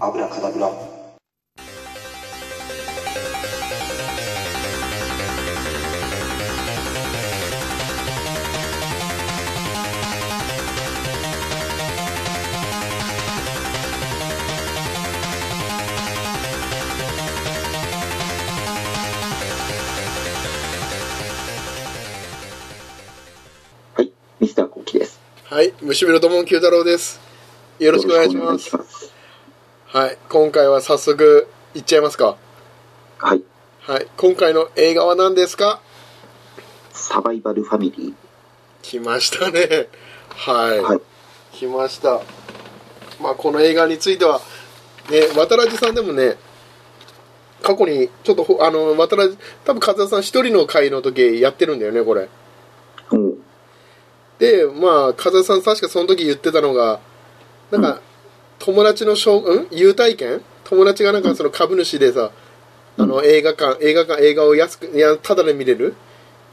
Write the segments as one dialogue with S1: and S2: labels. S1: アブラカダブラ
S2: はい、水田幸喜です。
S3: はい、虫ビロドモン九太郎です。よろしくお願いします。
S2: よろしくお願いします。
S3: はい、今回は早速いっちゃいますか。
S2: はい、
S3: はい、今回の映画は何ですか
S2: サバイバルファミリ
S3: 来ましたね。はい、
S2: ー。はい、
S3: 来ました。まあ、この映画については、ね、渡良さんでもね、過去に、ちょっとほ、あの、渡良多分風田さん一人の回の時やってるんだよね、これ。
S2: うん、
S3: で、まあ、風田さん確かその時言ってたのが、なんか、友達のしょう、ん優待券友達がなんかその株主でさ、あの映画館、映画館、映画を安く、いや、ただで見れる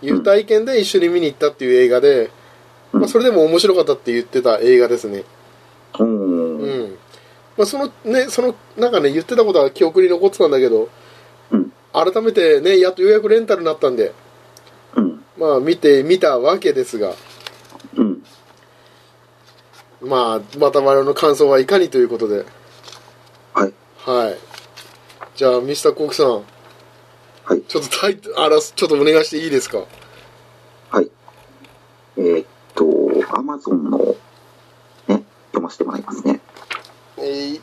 S3: 優待券で一緒に見に行ったっていう映画で、
S2: うん
S3: まあ、それでも面白かったって言ってた映画ですね。
S2: うん、
S3: う
S2: うん、
S3: ん。まあ、そのね、その、なんかね、言ってたことは記憶に残ってたんだけど、
S2: うん
S3: 改めてね、やっとようやくレンタルになったんで、
S2: うん、
S3: まあ、見てみたわけですが、
S2: うん、
S3: まあ、また我々の感想はいかにということで、
S2: はい、
S3: はい。じゃあ、ミスターコークさん。
S2: はい
S3: ちょっとタイトル、あら、ちょっとお願いしていいですか
S2: はい。えーっと、アマゾンの、ね、読ませてもらいますね。
S3: えい。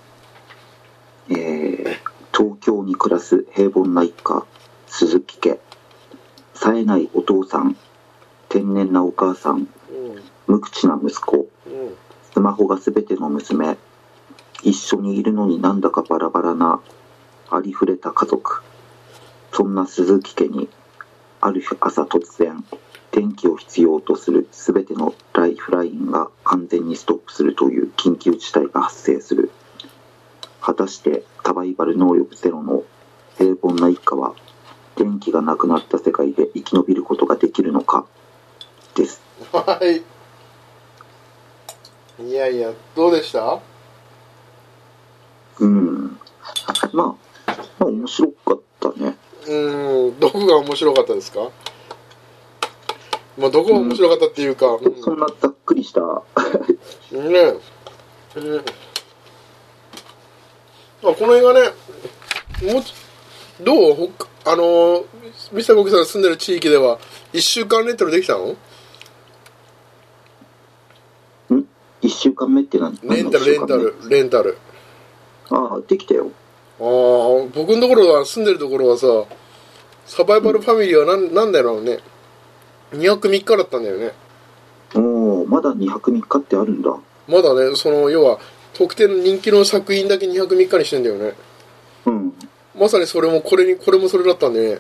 S2: えー東京に暮らす平凡な一家鈴木家冴えないお父さん天然なお母さん
S3: うん。
S2: 無口な息子
S3: うん。
S2: スマホが全ての娘一緒にいるのになんだかバラバラなありふれた家族そんな鈴木家にある日朝突然電気を必要とする全てのライフラインが完全にストップするという緊急事態が発生する果たしてサバイバル能力ゼロの平凡な一家は電気がなくなった世界で生き延びることができるのかです
S3: はい。いやいや、どうでした
S2: うん。まあ、まあ、面白かったね。
S3: うん、どこが面白かったですかまあ、どこが面白かったっていうか、うん、
S2: そんなざっくりした、
S3: ねえ、うんあこの映画ねもうちどうほかあのーミスターコキさんの住んでる地域では1週間レンタルできたの
S2: 一週間目って何
S3: レンタルレンタ。ルレンタル
S2: 何の一週間目ああ、できたよ。
S3: ああ僕のところは住んでるところはさサバイバルファミリーはなんなんだろうね2泊3日だったんだよね
S2: おお、まだ2泊3日ってあるんだ。
S3: まだねその要は特定の人気の作品だけ2泊3日にしてんだよね
S2: うん。
S3: まさにそれもこれにこれもそれだったね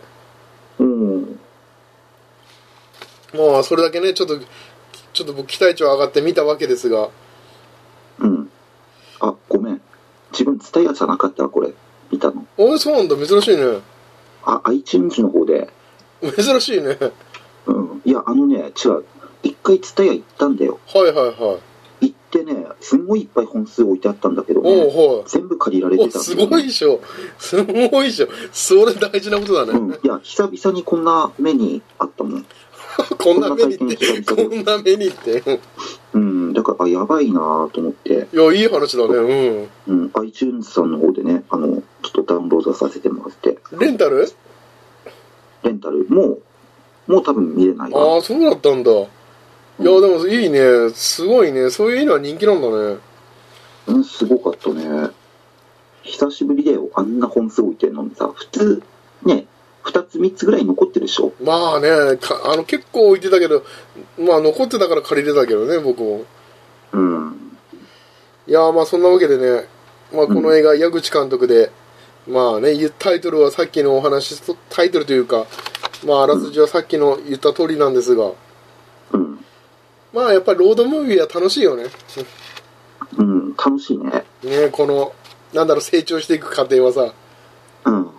S2: うん。
S3: まあそれだけねちょっとちょっと僕期待値は上がって見たわけですが
S2: うん。あ、ごめん。自分、ツタヤじゃなかったわこれ。見たの。
S3: おいそうなんだ珍しいね
S2: あ、iTunes の方で。
S3: 珍しいねはい
S2: うん。いや、あのね、違う。一回ツタヤ行ったんだよ。
S3: はいはい
S2: 行ってね、すんごいいっぱい本数置いてあったんだけど
S3: おう
S2: ね。
S3: ほ
S2: 全部借りられ
S3: いお
S2: てたん
S3: す
S2: だよね
S3: ごいでしょすごいでしょそれ大事なことだね、
S2: うん、いや、久々にこんな目にあったもん。
S3: こんな目にって
S2: こ
S3: こ
S2: んな体験
S3: んな目にって
S2: うん、だから、あ、やばいなと思って、
S3: いやいい話だねうん
S2: うん、iTunes さんの方でね、あの、ちょっとダウンロードさせてもらって、
S3: レンタル
S2: レンタル、もう、もう多分見れない
S3: あ
S2: わ。
S3: あそうだったんだいやでもいいねすごいねそういうのは人気なんだね
S2: うん、すごかったね。久しぶりだよ、あんな本数置いてんのにさ、普通、ね、二つ三つぐらい残ってるでしょ。
S3: まあねかあの結構置いてたけどまあ残ってたから借りれたけどね僕も
S2: うん、
S3: いやーまあそんなわけでね、まあ、この映画、矢口監督で、まあね、言うタイトルはさっきのお話と、タイトルというか、まああらすじはさっきの言った通りなんですが、
S2: うん、
S3: まあやっぱりロードムービーは楽しいよね。
S2: うん、楽しいね。
S3: ねこの、なんだろう、成長していく過程はさ、
S2: うん、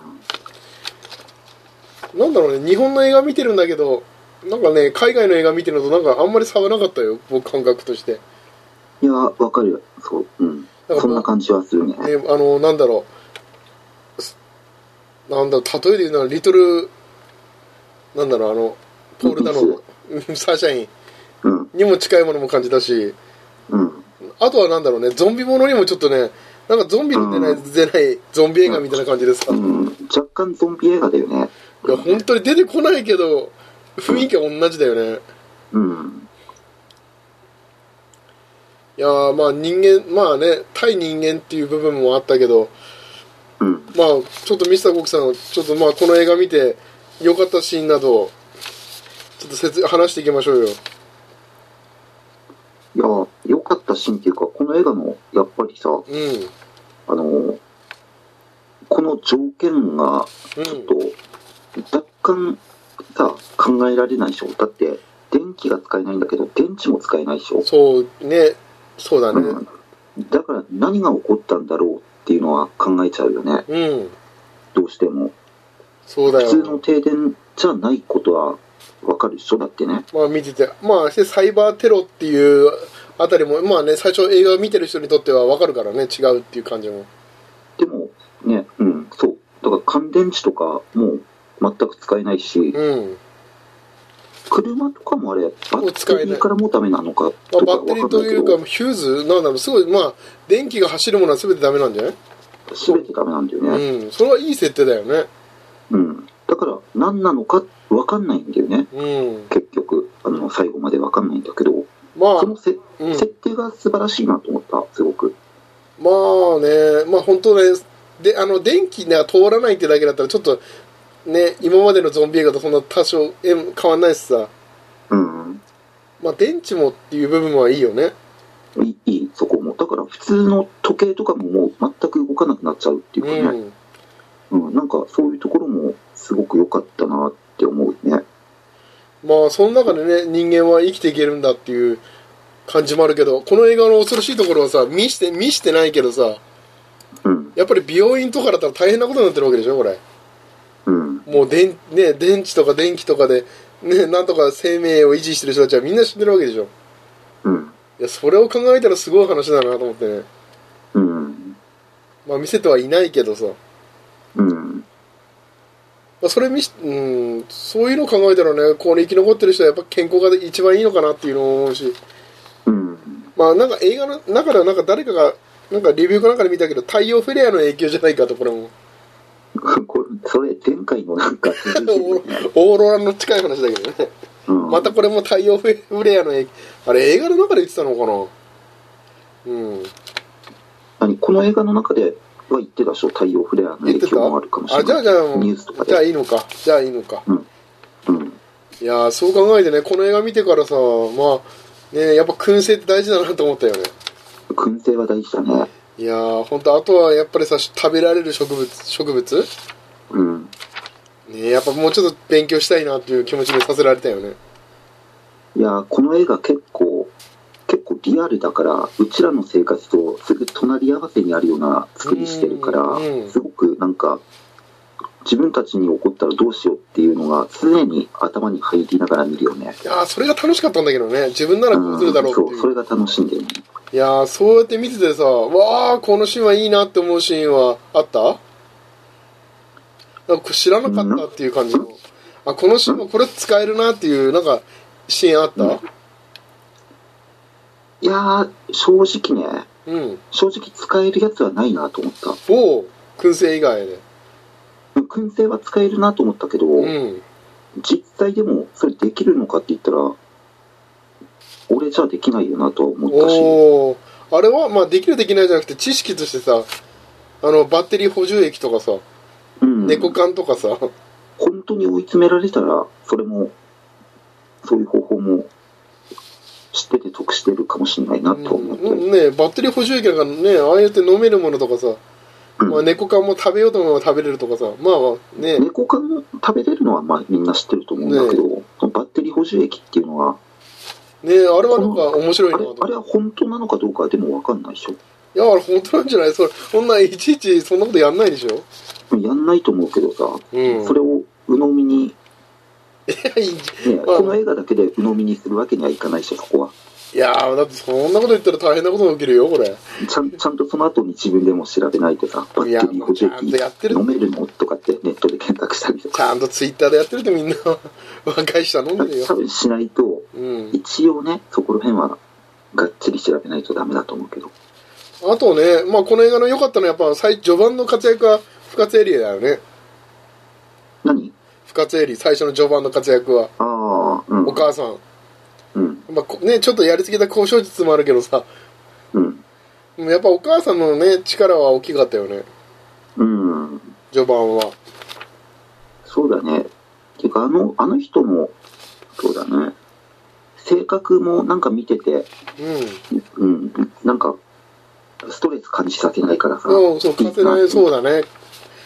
S3: なんだろうね、日本の映画見てるんだけど、なんかね、海外の映画見てるのとなんかあんまり差はなかったよ、僕感覚として。
S2: いや、わかるよ、そう、うん、
S3: なんか
S2: そん
S3: も
S2: な
S3: う
S2: 感じはするね。
S3: ね、あの、なんだろう、なんだろう、例えで言うなら、リトル、なんだろう、あの、ポール・ダノン、サーシャイン
S2: うん、
S3: にも近いものも感じたし、
S2: うん。
S3: あとはなんだろうね、ゾンビものにもちょっとね、なんかゾンビの出ない、
S2: うん
S3: 出ないゾンビ映画みたいな感じですか。
S2: う
S3: い
S2: ん、若干ゾンビ映画だよね。
S3: や、本当に出てこないけど、雰囲気は同じだよね。
S2: うん、
S3: いやーまあ人間、まあね、対人間っていう部分もあったけど、
S2: うん、
S3: まあ、ちょっとミスターコックさん、ちょっとまあ、この映画見て、良かったシーンなど、ちょっとせつ話していきましょうよ。
S2: いや、良かったシーンっていうか、この映画の、やっぱりさ、
S3: うん。うん。
S2: あの、この条件が、ちょっと、若干、さ、考えられないでしょ。だって、電気が使えないんだけど、電池も使えないでしょ。
S3: そう、ね、そうだ
S2: う
S3: ね。
S2: ん、だから、何が起こったんだろうっていうのは考えちゃうよね。
S3: うん。
S2: どうしても。
S3: そうだ
S2: 普通の
S3: よ。
S2: 停電じゃないことはわかる人だってね。
S3: まあ、見てて、まあ、してサイバーテロっていうあたりも、まあね、最初映画を見てる人にとっては分かるからね、違うっていう感じも。
S2: でも、ね、うん、そう。だから乾電池とかも全く使えないし、
S3: うん。
S2: 車とかもあれ、バ
S3: もう使え
S2: ッ
S3: ない
S2: テリーからもダメなのか
S3: ま
S2: と
S3: あ、
S2: か
S3: バ
S2: わ
S3: ッテリ
S2: か
S3: ー
S2: ん
S3: と
S2: ない
S3: い
S2: け
S3: うか、
S2: ど、
S3: ヒューズなんだろう、すごい、まあ、電気が走るものは全てダメなんじゃない
S2: 全てダメなんだよね。
S3: うん。それはいい設定だよね。
S2: うん。だから、何なのかわかんないんだよね。
S3: うん。
S2: 結局、あの、最後までわかんないんだけど、
S3: まあ
S2: そ、のせ
S3: うん。
S2: 設定が素晴らしいなと思った、すごく。
S3: まあね、まあ本当ね、で、あの、電気が通らないってだけだったら、ちょっと、ね、今までのゾンビ映画とそんな多少え変わんないしさ、
S2: うん。
S3: まあ電池もっていう部分はいいよね。
S2: いい、いいそこも。だから、普通の時計とかももう全く動かなくなっちゃうっていう
S3: う
S2: かね。
S3: ん。
S2: うん、なんかそういうところもすごく良かったなって思うね。
S3: まあその中でね、人間は生きていけるんだっていう感じもあるけど、この映画の恐ろしいところはさ、見して、見してないけどさ、
S2: うん、
S3: やっぱり病院とかだったら大変なことになってるわけでしょ、これ。
S2: うん、
S3: もうでん、ね、電池とか電気とかで、ね、なんとか生命を維持してる人たちはみんな死んでるわけでしょ。
S2: うん、
S3: いや、それを考えたらすごい話だなと思ってね。
S2: うん、
S3: まあ見せてはいないけどさ、ま
S2: うん、
S3: あ、それ見し、うん、そういうのを考えたらね、ここに生き残ってる人はやっぱ健康が一番いいのかなっていうのを思うし、
S2: うん。
S3: まあなんか映画の中ではなんか誰かが、なんかレビューかなんかで見たけど、太陽フレアの影響じゃないかと、これも。
S2: これ、それ、前回の なんか続いてるよね、
S3: オーロラの近い話だけどね。
S2: うん、
S3: またこれも太陽フレアの影響、あれ映画の中で言ってたのかなうん。
S2: 何この映画の中では言ってたでしょ、太陽フレアの
S3: 言
S2: 影
S3: ってた
S2: 響もあるかもし
S3: あ、
S2: れ
S3: じゃ
S2: な
S3: あ
S2: い。
S3: じゃあも
S2: ニュースとか
S3: う、
S2: で
S3: じゃあいいのか。じゃあいいのか。
S2: うん、
S3: いやーそう考えてねこの映画見てからさまあねやっぱ燻製って大事だなと思ったよね
S2: 燻製は大事だね。
S3: いやーほんとあとはやっぱりさ食べられる植物植物
S2: うん、
S3: ねやっぱもうちょっと勉強したいなっていう気持ちにさせられたよね
S2: いやーこの映画結構、結構リアルだから、うちらの生活とすぐ隣り合わせにあるような作りしてるから、
S3: うんうん
S2: すごくなんか、自分たちに起こったらどうしようっていうのが常に頭に入りながら見るよね。
S3: いやーそれが楽しかったんだけどね自分ならこうするだろう
S2: そ
S3: って
S2: う、
S3: い
S2: そうれが楽しいんだよね。
S3: いやーそうやって見ててさわあこのシーンはいいなって思うシーンはあったなんか知らなかったっていう感じのあこのシーンもこれ使えるなっていうなんかシーンあった
S2: いやー、正直ね、
S3: うん
S2: 正直使えるやつはないなと思った。
S3: 某燻製以外で
S2: うん燻製は使えるなと思ったけど、
S3: うん
S2: 実際でもそれできるのかって言ったら、俺じゃできないよなとは思ったし。
S3: おおあれはまあできるできないじゃなくて知識としてさあのバッテリー補充液とかさ、
S2: うん
S3: 猫缶とかさ
S2: 本当に追い詰められたら、それも、そういう方法も知ってて得してるかもしれないなと思った
S3: う
S2: り。
S3: んねバッテリー補充液なんかねああやって飲めるものとかさ、
S2: うん
S3: まあ、猫缶も食べようと思えば食べれるとかさまあまあね
S2: 猫缶も食べれるのはまあみんな知ってると思うんだけど、そのバッテリー補充液っていうのは、
S3: ねあれはなんか面白い
S2: あれ
S3: なと
S2: あれは本当なのかどうかはでもわかんないでしょ。
S3: いやあれ本当なんじゃないそれそんないちいちそんなことやんないでしょ
S2: やんないと思うけどさ、
S3: うん
S2: それを鵜呑みに、
S3: いやいい
S2: ね、
S3: まあ
S2: この映画だけで鵜呑みにするわけにはいかないでしょ、そこは。
S3: いやー、だってそんなこと言ったら大変なことが起きるよ、これ。
S2: ちゃんちゃんとその後に自分でも調べないとさ、バッテリ
S3: いや
S2: ー
S3: も
S2: 補
S3: うち
S2: 充
S3: ゃんとやって
S2: 器
S3: る
S2: 飲めるのとかってネットで検索したりと
S3: ちゃ
S2: か、
S3: んとツイッターでやってるってみんな 若い人は飲んでるよ
S2: 多。分しないと、
S3: うん。
S2: 一応ね、そこら辺はがっちり調べないとダメだと思うけど、
S3: あとね、まあこの映画の良かったのはやっぱ最序盤の活躍は不活エリアだよね。
S2: 何
S3: 不活エリア、最初の序盤の活躍は。
S2: ああ、うん、
S3: お母さん。
S2: うん、
S3: まあこね、ちょっとやりすぎた交渉術もあるけどさ、
S2: うん、
S3: でもやっぱお母さんのね、力は大きかったよね。
S2: うん、
S3: 序盤は。
S2: そうだね。てか、あの、あの人も、そうだね、性格もなんか見てて、
S3: うん。
S2: うん、なんか、ストレス感じさせないからさ、
S3: そう、そう、かせない、そうだね。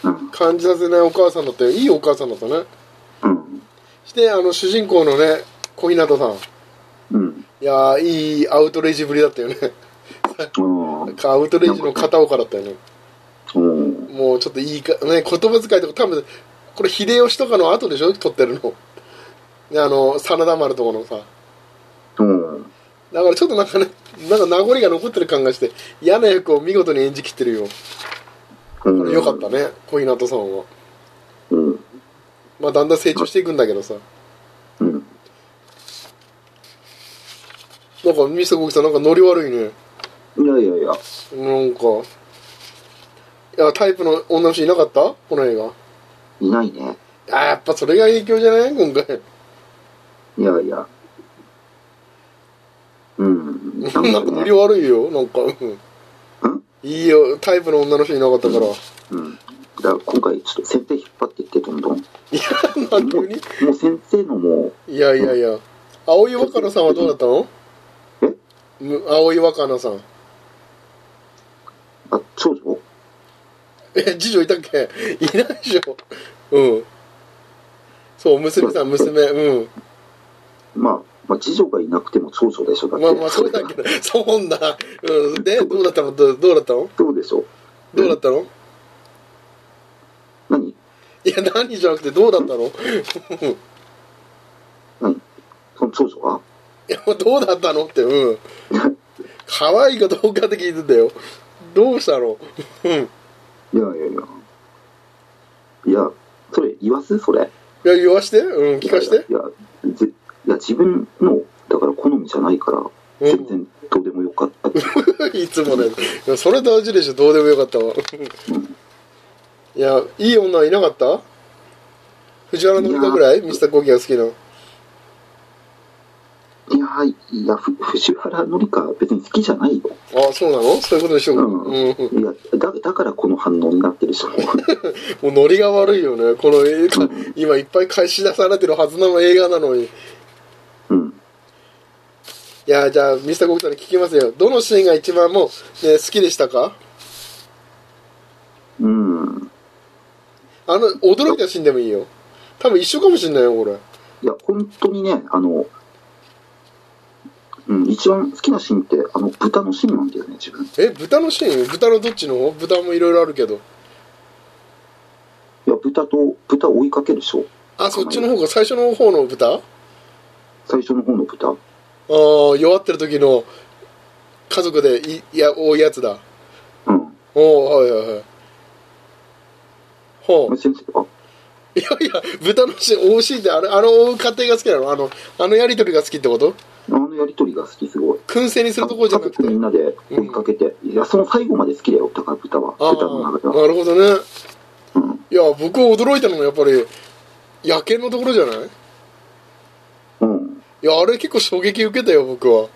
S2: うん、
S3: 感じさせないお母さんだったよ。いいお母さんだったね。
S2: うん、
S3: して、あの、主人公のね、小日向さん。
S2: うん、
S3: いやー、いいアウトレイジぶりだったよね。
S2: うん、
S3: アウトレイジの片岡だったよね。
S2: うん、
S3: もうちょっといいか、ね、言葉遣いとか多分、これ秀吉とかの後でしょ撮ってるの。で、あの、真田丸とこのさ。
S2: うん。
S3: だからちょっとなんかね、なんか名残が残ってる感がして、嫌な役を見事に演じきってるよ。
S2: うん
S3: よかった。ね、小日向さんは。
S2: うん。
S3: まあ、だんだん成長していくんだけどさ。
S2: うん。
S3: なんか、ミスターコキさん、なんかノリ悪いね。
S2: いやいやいや、
S3: なんか。いや、タイプの女の人いなかったこの映画。
S2: いないね。
S3: あーやっぱそれが影響じゃない今回。
S2: いやいや。うん。なん
S3: なんか
S2: か
S3: ノ
S2: ね
S3: リ。悪いよ、なんか。うん
S2: うん
S3: いいよ、タイプの女の人いなかったから。
S2: うん。だから今回ちょっと先生引っ張っていってどんどん。も
S3: なんか急に
S2: うもう先生のも
S3: いやいやいや。青井若菜さんはどうだったの
S2: え
S3: む青井若菜さん。
S2: う、あ、長女
S3: え、次女いたっけいないでしょ。うん。そう、娘さん、娘。うん。
S2: まあ、まあ次女がいなくても長女でしょ。だって。
S3: まあまあ、そうだけど、そうなんだ。うん。で、どうだったのどうどうだったの
S2: どうでしょう。
S3: どうだったの
S2: 何
S3: いや、何じゃなくて、どうだったのい
S2: 何その長女が
S3: や、もうどうだったのって、うん。可愛いかどうかって聞いてんだよ。どうしたのうん。
S2: いやいやいや。いや、それ言わすそれ。
S3: いや、言わして。うん、聞かして。
S2: いや、いやぜいや自分の、だから好みじゃないから、
S3: うん
S2: 全然どうでもよかった。
S3: いつもね。いやそれ大事でしょ。どうでもよかったわ。いや、いい女いなかった藤原紀香ぐらい
S2: いや
S3: ミスターコーキが好きなの。
S2: いやー、いや、ふ藤原紀香、別に好きじゃないよ。
S3: あ、そうなのそういうことでしょうか。
S2: うん
S3: うん。も
S2: いや、だだからこの反応になってるし、もう
S3: うノリが悪いよね。この映画、今いっぱい貸し出されてるはずなの映画なのに。い
S2: うん。
S3: や、じゃあ、ミスターコーキさんに聞きますよ。どのシーンが一番もう、ね、好きでしたか
S2: うん。
S3: あの、驚いたシーンでもいいよ。多分一緒かもしんないよ、これ。
S2: いや、本当にね、あの、うん、一番好きなシーンって、あの、豚のシーンなんだよね、自分。
S3: え、豚のシーン豚のどっちの方豚もいろいろあるけど。
S2: いや、豚と、豚追いかけるでしょ。
S3: あ、そっちの方が最初の方の豚
S2: 最初の方の豚。
S3: ああ弱ってる時の家族でいいや多いやつだ
S2: うん。
S3: おおはいはいはいほ
S2: まあ先生は
S3: ういやいや豚のし大しいってあれあの家庭が好きなのあのあのやりとりが好きってこと
S2: あのやりとりが好き、すごい。
S3: 燻製にするところじゃ
S2: 家
S3: なく
S2: 族み
S3: て
S2: んなで追いかけて、いや、その最後まで好きだよ、だから豚は。
S3: ああ
S2: 豚の中では。
S3: なるほどね
S2: うん。
S3: いや僕驚いたのもやっぱり野犬のところじゃないい
S2: うん。
S3: やあれ結構衝撃受けたよ僕は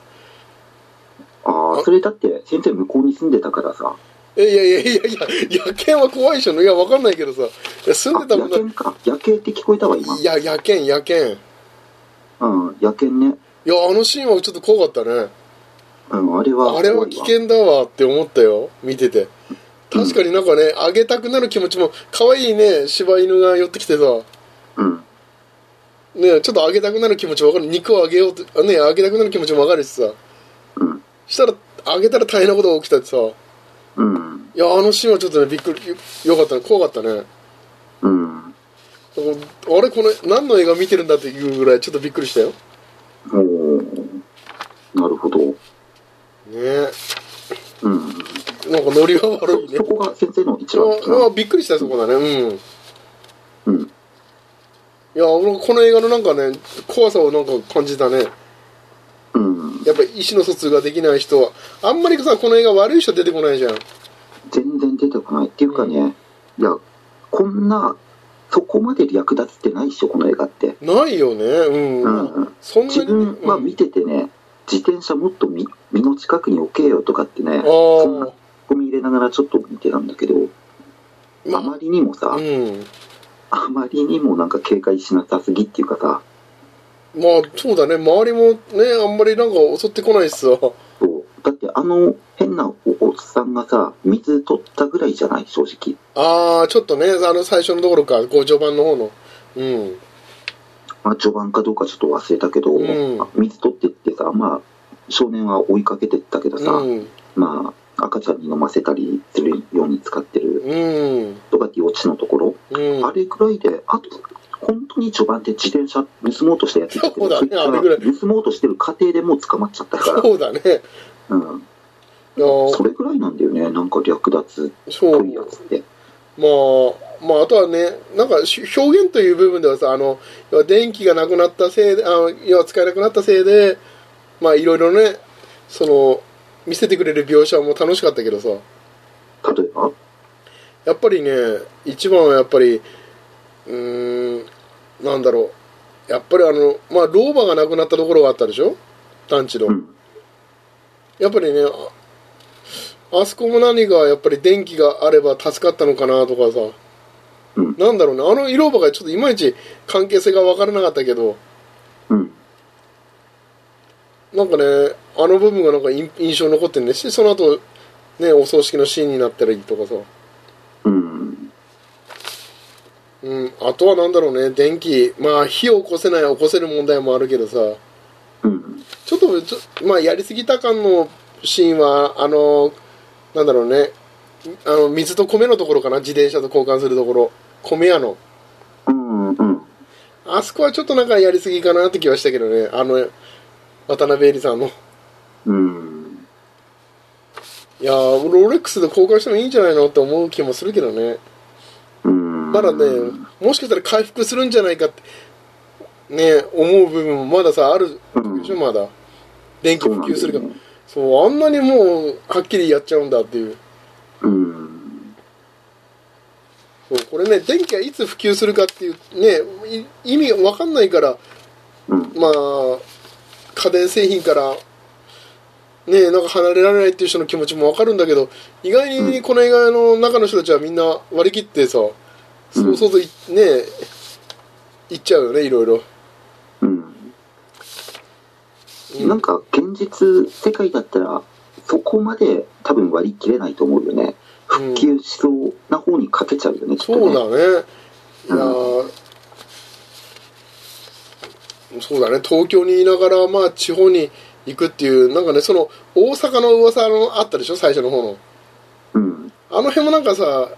S2: ああ、それだって、先生向こうに住んでたからさ。
S3: えいやいやいやいや野犬は怖いでしょいやわかんないけどさいや住んで
S2: あ
S3: た
S2: 野
S3: もんな
S2: 犬か。夜景って聞こえたわ、今。
S3: いや野犬野犬
S2: うん、野犬ね。
S3: いやあのシーンはちょっと怖かったね
S2: うん、あれは。
S3: あれは危険だわって思ったよ見てて確かになんかねあげたくなる気持ちも可愛いね柴犬が寄ってきてさ
S2: うん。
S3: ねちょっとあげたくなる気持ちわかる肉をあげようとあねあげたくなる気持ちもわかるしさ
S2: うん。
S3: したらあげたら大変なことが起きたってさい
S2: うん。
S3: やあのシーンはちょっとねびっくりよよかったね怖かったね
S2: うん。
S3: あれこの何の映画見てるんだっていうぐらいちょっとびっくりしたよ
S2: おーなるほど。
S3: ね
S2: うん。
S3: なんかノリが悪い
S2: そ
S3: ね
S2: そこが先生の一番好き
S3: ああ
S2: な。
S3: びっくりしたそこだねうん
S2: うん。
S3: いや俺この映画のなんかね怖さをなんか感じたね
S2: うん。
S3: やっぱ意思の疎通ができない人はあんまりさこの映画悪い人出てこないじゃん
S2: 全然出てこない。っていうかね、
S3: う
S2: いや、こんな、そこまで役立ってないっしょ、この映画って。
S3: ないよねうん、
S2: うん
S3: そんなに
S2: 自分は
S3: うん
S2: 見ててね、自転車もっと身身の近くに置けよとかってね、そんな
S3: あ
S2: 込み入れながらちょっと見てたんだけど、
S3: あ
S2: あまりにもさ、
S3: うん
S2: あまりにもなんか警戒しなさすぎっていうかさ、
S3: まあそうだね周りもねあんまりなんか襲ってこないしさ
S2: そうだってあの変なおおっさんがさ、水取ったぐらいじゃない、正直。
S3: ああちょっとねあの最初のところかこう序盤の方のうん
S2: まあ、序盤かどうかちょっと忘れたけど、
S3: うん
S2: 水取ってってさ、まあ、少年は追いかけてったけどさ、
S3: うん
S2: まあ、赤ちゃんに飲ませたりするように使ってる
S3: うん
S2: とかっていうオチのところ、
S3: うん
S2: あれくらいで、あと、本当に序盤で自転車盗もうとしてやってたけ
S3: そう
S2: ど、
S3: だ
S2: そ
S3: ね
S2: いつは
S3: あれぐらい
S2: 盗もうとしてる過程でもう捕まっちゃった から、
S3: そうだね
S2: うん、
S3: あー
S2: それぐらいなんだよね、なんか略奪っ
S3: そ
S2: ぽ
S3: う
S2: いやつって。
S3: まあ、まあ、あとはね、なんかし表現という部分ではさ、あの、要は電気がなくなったせいで、あの要は使えなくなったせいで、まあ、いろいろね、その、見せてくれる描写も楽しかったけどさ、
S2: 例えば
S3: やっぱりね、一番はやっぱり、うーん、なんだろう、やっぱりあの、まあ、老婆がなくなったところがあったでしょ団地の。
S2: うん。
S3: やっぱりね、ああそこも何かやっぱり電気があれば助かったのかなとかさ、
S2: うん
S3: なんだろうね、あの色ばがちょっといまいち関係性が分からなかったけど、
S2: うん。
S3: なんかね、あの部分がなんか印印象に残ってるねし、その後、ね、お葬式のシーンになったりとかさ、
S2: うん。
S3: うん、あとはなんだろうね、電気、まあ火を起こせない、起こせる問題もあるけどさ、
S2: うん。
S3: ちょっとちょ、まあ、やりすぎた感のシーンは、あの、なんだろうね、あの水と米のところかな、自転車と交換するところ、米屋の。
S2: うん。うん。
S3: あそこはちょっとなんかやりすぎかなって気はしたけどね、あの、渡辺恵里さんの。
S2: うん。
S3: いやー、ロレックスで交換してもいいんじゃないのって思う気もするけどね。
S2: うん。
S3: まだね、もしかしたら回復するんじゃないかって、ね、思う部分もまださ、ある
S2: うん
S3: でしょ、まだ。電気
S2: そう
S3: 普
S2: なん
S3: 及
S2: だ
S3: する
S2: よ
S3: から
S2: ね。。
S3: そう、あんなにもう、はっきりやっちゃうんだっていう。
S2: うん。
S3: そうこれね電気がいつ普及するかっていうねい意味わかんないから
S2: うん。
S3: まあ家電製品からねなんか離れられないっていう人の気持ちもわかるんだけど意外
S2: う
S3: にこの映画の中の人たちはみんな割り切ってさ、そうそうといね行っちゃうよねいろいろ
S2: うん。なんか、現実世界だったら、そこまで多分割り切れないと思うよね。
S3: うん
S2: 普及しそうな方にかけちゃうよね、きっと
S3: そ
S2: ね。
S3: うだねいや
S2: うん
S3: ーそうだね東京にいながらまあ地方に行くっていうなんかねその大阪の噂のあったでしょ最初の方の
S2: うん。
S3: あの辺もなんかさ、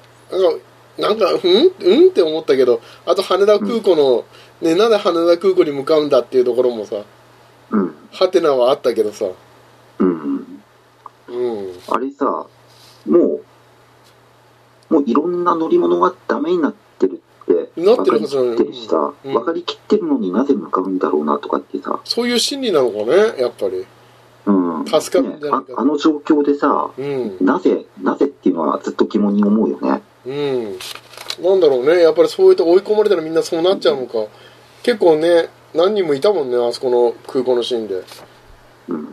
S3: なんか、なんかうんうんって思ったけど、あと羽田空港の、ね、なんで羽田空港に向かうんだっていうところもさ、
S2: うん。
S3: ハテナはあったけどさ、
S2: うん。
S3: うん。
S2: あれさ、もう、もういろんな乗り物がダメになってるって、
S3: なっ
S2: 分
S3: て
S2: か
S3: る
S2: りき
S3: はずなのに
S2: ってるしさ、
S3: うん
S2: 分かりきってるのになぜ向かうんだろうなとかってさ、
S3: そういう心理なのかね、やっぱり。
S2: うん。
S3: 助かるんじゃないか
S2: ねああの状況でさ、
S3: うん。
S2: なぜ、なぜっていうのはずっと疑問に思うよね。
S3: うん。なんだろうね、やっぱりそういった追い込まれたらみんなそうなっちゃうのか。結構ね、何人もいたもんね、あそこの空港のシーンで。
S2: うん。っ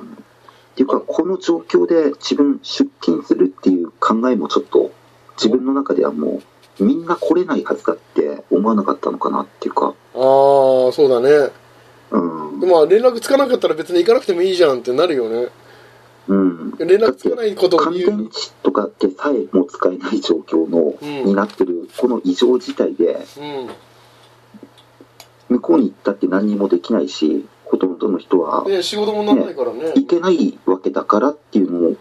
S2: ていうか、この状況で自分出勤するっていう考えもちょっと、自分の中ではもう、みんな来れないはずだって思わなかったのかなっていうか、
S3: ああ、そうだね。
S2: うん。
S3: まあ連絡つかなかったら別に行かなくてもいいじゃんってなるよね。
S2: うん。
S3: 連絡つかないことを
S2: 乾
S3: 理由
S2: 電
S3: に。
S2: 池とかってさえも使えない状況の、
S3: うん
S2: になってるこの異常事態で
S3: うん。
S2: 向こうに行ったって何にもできないしほとんどの人は
S3: ね、仕事もなんないからね。
S2: 行けないわけだからっていうの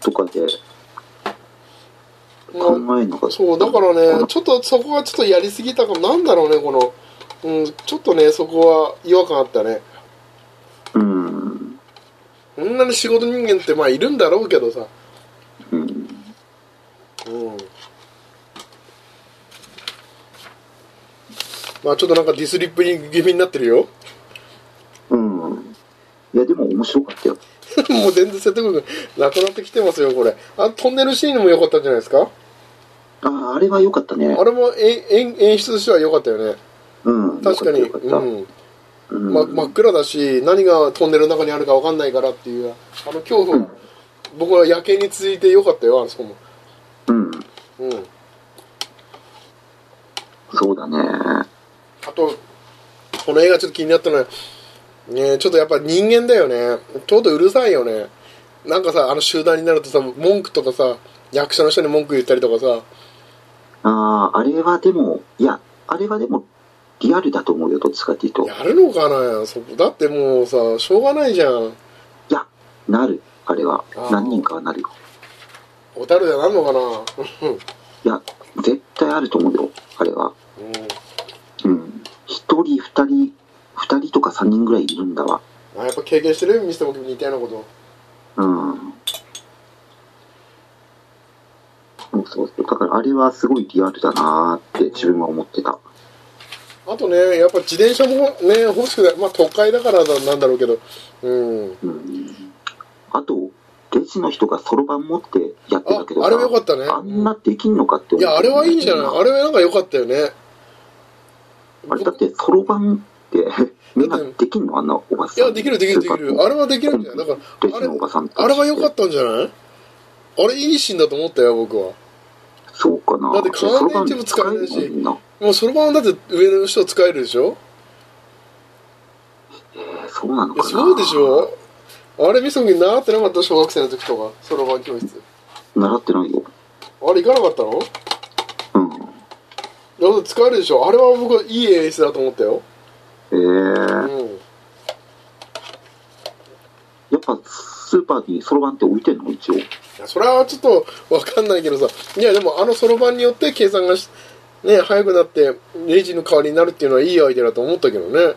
S2: とかで
S3: まあ
S2: 考えなかった、
S3: そう、だからね、ちょっとそこはちょっとやりすぎたかも。なんだろうね、この。うん、ちょっとね、そこは違和感あったね。
S2: うん
S3: 女の仕事人間ってまあいるんだろうけどさ
S2: うん
S3: うんまあちょっとなんかディスリップ気味になってるよ
S2: うんいやでも面白かったよ
S3: もう全然説得力なくなってきてますよこれあトンネルシーンも良かったんじゃないですか
S2: あああれは良かったね
S3: あれもえ演演出としては良かったよね
S2: うん
S3: 確かに
S2: 良かった良かった
S3: うん
S2: うん
S3: ま、真っ暗だし何がトンネルの中にあるか分かんないからっていうあの恐怖、
S2: うん
S3: 僕は夜景に続いてよかったよあそこも
S2: うん
S3: うん
S2: そうだね
S3: あとこの映画ちょっと気になったのはねちょっとやっぱ人間だよねちょっとうるさいよねなんかさあの集団になるとさ文句とかさ役者の人に文句言ったりとかさ
S2: あああれはでもいやあれはでもリアルだと思うよどっちかっていうと
S3: やるのかなそこだってもうさしょうがないじゃん
S2: いやなるあれは
S3: あー
S2: 何人かはなるよ
S3: 小樽でなんのかな
S2: いや絶対あると思うよあれは
S3: うん
S2: うん一人二人二人とか三人ぐらいいるんだわ
S3: あやっぱ経験してるミスター僕みたいなこと
S2: うんそうそうそうだからあれはすごいリアルだなーって自分は思ってた
S3: あとね、やっぱ自転車もね、欲しくない。まあ都会だからなんだろうけど。うん。
S2: うんあとレジの人がそろばん持ってやって
S3: あ
S2: たけど、さ
S3: あれは良かったね。
S2: あんなできんのかって思
S3: い
S2: った
S3: や、あれはいいんじゃないあれはなんか良かったよね。
S2: あれだって、そろばん って、みんなできんのあんなおば
S3: い
S2: さん。
S3: や、できるできるできる。あれはできるんじゃないだか
S2: レ
S3: ら、あ
S2: ジのお
S3: れ、
S2: ばさん。
S3: あれは良かったたんじゃないあれいいシーンだと思ったよ、僕は。
S2: そうかな。
S3: だって乾電池も使えないし
S2: そろばん使えるのにな。
S3: もうそのままだって上の人使えるでしょ
S2: えーそうなの
S3: い
S2: か
S3: や、
S2: な。
S3: そうでしょあれ、みそぎ習ってなかった小学生の時とか、そろばん教室。
S2: 習ってないよ。
S3: あれ行かなかったの
S2: うん。
S3: だって使えるでしょあれは僕はいい演出だと思ったよ。
S2: え
S3: う
S2: ー、
S3: ん。
S2: やっぱスーパーにそろばんって置いてんの一応。
S3: いやそれはちょっとわかんないけどさいやでもあのそろばんによって計算がしね早くなってレジの代わりになるっていうのはいいアイデアだと思ったけどね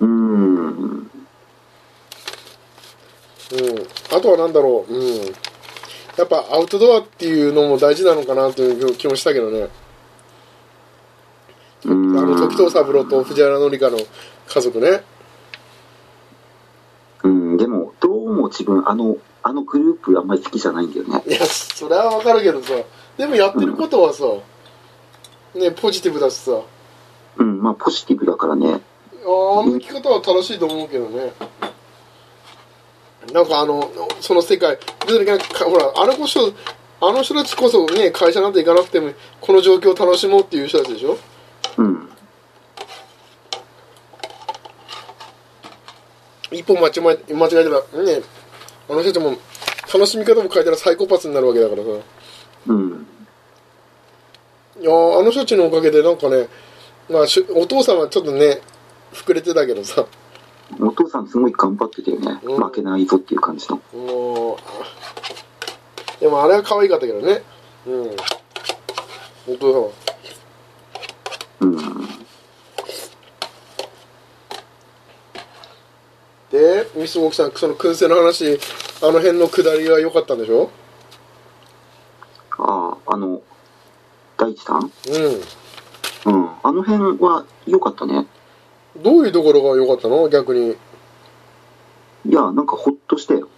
S2: うーん。
S3: うんあとは何だろううんやっぱアウトドアっていうのも大事なのかなという気もしたけどね
S2: うー
S3: あ
S2: ん
S3: の時藤三郎と藤原紀香の家族ね
S2: うん、でも、どうも自分、あの、あのグループあんまり好きじゃないんだよね。
S3: いやそれはわかるけどさでもやってることはさねポジティブだしさ
S2: うん、まあポジティブだからね。
S3: あーあの生き方は正しいと思うけどねなんかあのその世界別になんかほらあの人あの人たちこそね会社なんて行かなくてもこの状況を楽しもうっていう人たちでしょ
S2: うん。
S3: 一歩間違え間違えればねあの人たちも楽しみ方も変えたらサイコパスになるわけだからさい
S2: うん。
S3: やーあの人たちのおかげでなんかね、まあ、しお父さんはちょっとね膨れてたけどさ
S2: お父さんすごい頑張ってたよね。
S3: うん
S2: 負けないぞっていう感じの。
S3: もうでもあれは可愛かったけどねうんお父さんは
S2: うん。
S3: でミスボクさんその燻製の話あの辺の下りは良かったんでしょ
S2: ああ、あの、大地さん
S3: う
S2: うん。あの辺は良かったね。
S3: んどういうところが良かったの逆に
S2: いや、なんかほっとしたよ。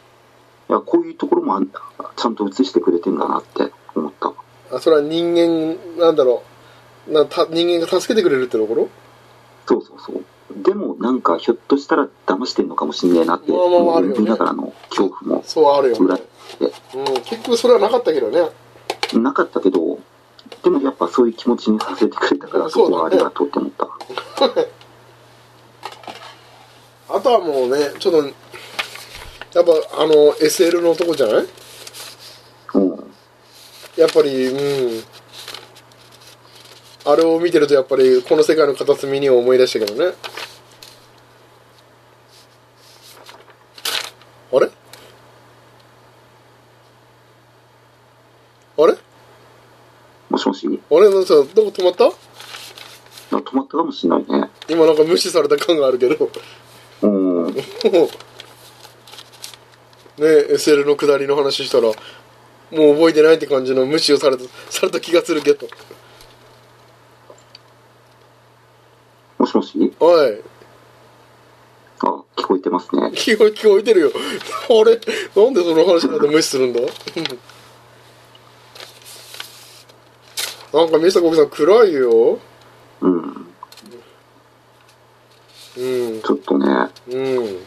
S2: いや、こういうところもあんちゃんと映してくれてんだなって思った。
S3: あそれは人間なんだろうなた人間が助けてくれるってところ
S2: そうそうそう。でも、なんかひょっとしたら騙してんのかもしんねえなって
S3: まあまあまああるよね
S2: 思いながらの恐怖も
S3: そうあるよ
S2: 裏
S3: ね
S2: っ、て
S3: うん、結局それはなかったけどね
S2: なかったけど、でもやっぱそういう気持ちにさせてくれたから、そ
S3: そうだね
S2: こはありがとうって思った。
S3: あとはもうねちょっとやっぱあの SL のとこじゃな
S2: う
S3: い
S2: ん。
S3: やっぱりうんあれを見てるとやっぱりこの世界の片隅には思い出したけどねあれあれ
S2: もしもし
S3: あれなんかどこ止まった
S2: あ止まったかもしんないね。
S3: 今なんか無視された感があるけど
S2: うん。
S3: もうね SL の下りの話したらもう覚えてないって感じの無視をされたされた気がするけど
S2: もしもし
S3: おい
S2: あ、聞こえてますね。
S3: 聞こえ聞こえてるよ あれなんでその話になって無視するんだ なんかミスターコキさん暗いよ
S2: うん。
S3: うん
S2: ちょっとね、
S3: うん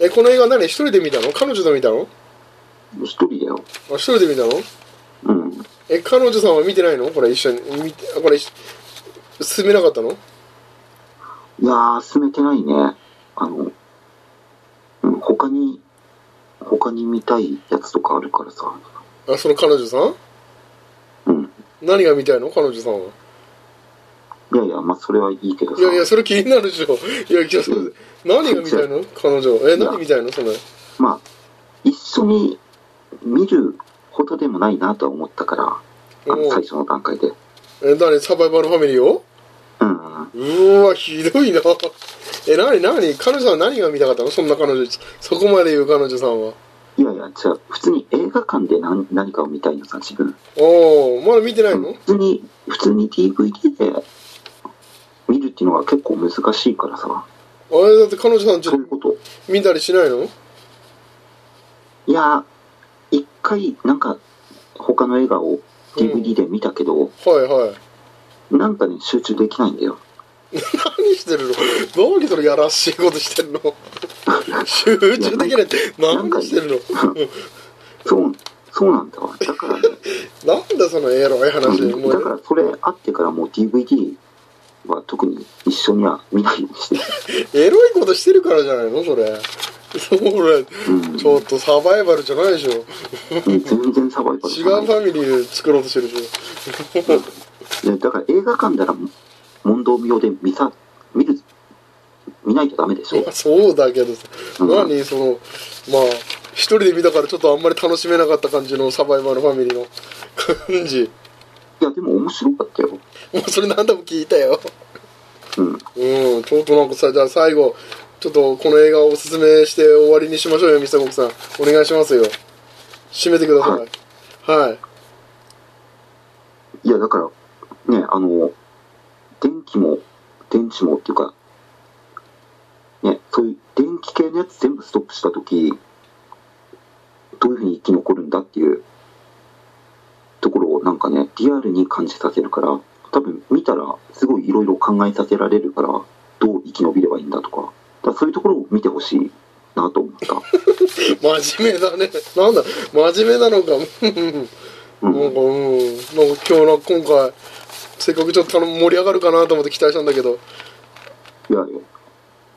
S3: えこの映画何一人で見たの彼女と見たの
S2: 一人だよ。
S3: あ一人で見たの
S2: うん。
S3: え彼女さんは見てないのこれ一緒に見てあこれ一進めなかったの
S2: いやー、進めてないね。あの、うん、他に、他に見たいやつとかあるからさ。
S3: あその彼女さん
S2: うん。
S3: 何が見たいの彼女さんはい
S2: やいや、まあ、それはいいけど
S3: い
S2: さ。
S3: やいやそれ気になるでしょ いやいやそれ何が見たいの彼女え何見たいのそれ
S2: まあ、一緒に見るほどでもないなとは思ったから、あ
S3: お
S2: の
S3: う
S2: 最初の段階で。
S3: え誰サバイバルファミリーを
S2: うんうん。
S3: うーわひどいな え何何彼女さんは何が見たかったのそんな彼女そこまで言う彼女さんはい
S2: やいや、違う。普通に映画館で何何かを見たいのさ、自分。
S3: おおまだ見てないの
S2: 普通に、普通に DVD で見るっていうのは結構難しいからさ。
S3: あれだって彼女さんちょ
S2: そう
S3: っ
S2: いうこと。
S3: と見たりしないの
S2: いや、一回、なんか、他の映画を DVD で見たけど、
S3: はいはい
S2: なんかね、集中できないんだよ。
S3: 何してるの何それやらしいことしてるの集中できないって何してるの
S2: そう、そうなんだわ。だから ね、
S3: なんだそのエロい話
S2: うん
S3: も
S2: だ
S3: う
S2: からそれあってからもう DVD は特に一緒には見ないようにしてる。
S3: エロいことしてるからじゃないのそれそれ
S2: うん
S3: ちょっとサバイバルじゃないでしょ
S2: うん全然サバイバル
S3: 違
S2: じ
S3: う
S2: ゃない
S3: ファミリーで作ろうとしてるでし
S2: いやだから映画館なら問答無用で見さ、見る、見ないとダメでし
S3: ょ
S2: ょ
S3: まあ。そうだけどさ
S2: うん
S3: 何そのまあ一人で見たからちょっとあんまり楽しめなかった感じのサバイバルファミリーの感じ
S2: いや、でも面白かったよ。
S3: もうそれ何度も聞いたよ
S2: うん。
S3: うん、ちょっとなんかさ、じゃあ最後、ちょっとこの映画をおすすめして終わりにしましょうよ、ミスタコクさん。お願いしますよ。締めてください。はい。
S2: いや、だから、ね、あの、電気も、電池もっていうか、ね、そういう電気系のやつ全部ストップしたとき、どういうふうに生き残るんだっていうところをなんかね、リアルに感じさせるから、多分見たらすごいいろいろ考えさせられるから、どう生き延びればいいんだとか、だからそういうところを見てほしいなと思った。
S3: 真面目だね。なんだ、真面目なのか。
S2: う
S3: うん
S2: ん
S3: なんか、うん。なんか今日の、今回、せっかくちょっと盛り上がるかなと思って期待したんだけど、
S2: いやいや、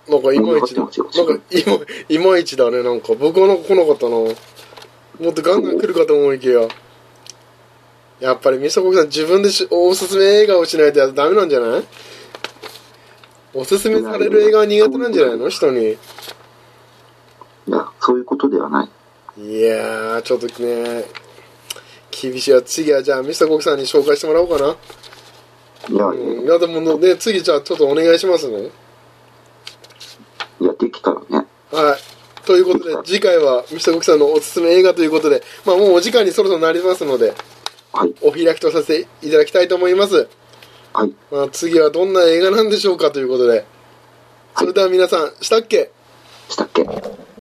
S3: なんかいまいちだ。
S2: 盛り上がって
S3: なん
S2: ますよ
S3: かいま、いまいちだね、なんか。僕はなんか来なかったな。もっとガンガン来るかと思いきや。やっぱりミスタコキさん自分でしおすすめ映画をしないとダメなんじゃないおすすめされる映画は苦手なんじゃないの人に。
S2: いや、そういうことではない。
S3: いやー、ちょっとね、厳しいわ。次はじゃあミスタコキさんに紹介してもらおうかな。
S2: いや、い
S3: う
S2: や
S3: ん、いや、でもね、次じゃあちょっとお願いしますね。
S2: いや、できたらね。
S3: はい。ということで、次回はミスタコキさんのおすすめ映画ということで、まあもうお時間にそろそろなりますので、
S2: はい、
S3: お開きとさせていただきたいと思います。
S2: はい。
S3: まあ、次はどんな映画なんでしょうかということで。それでは皆さん、したっけ
S2: したっけ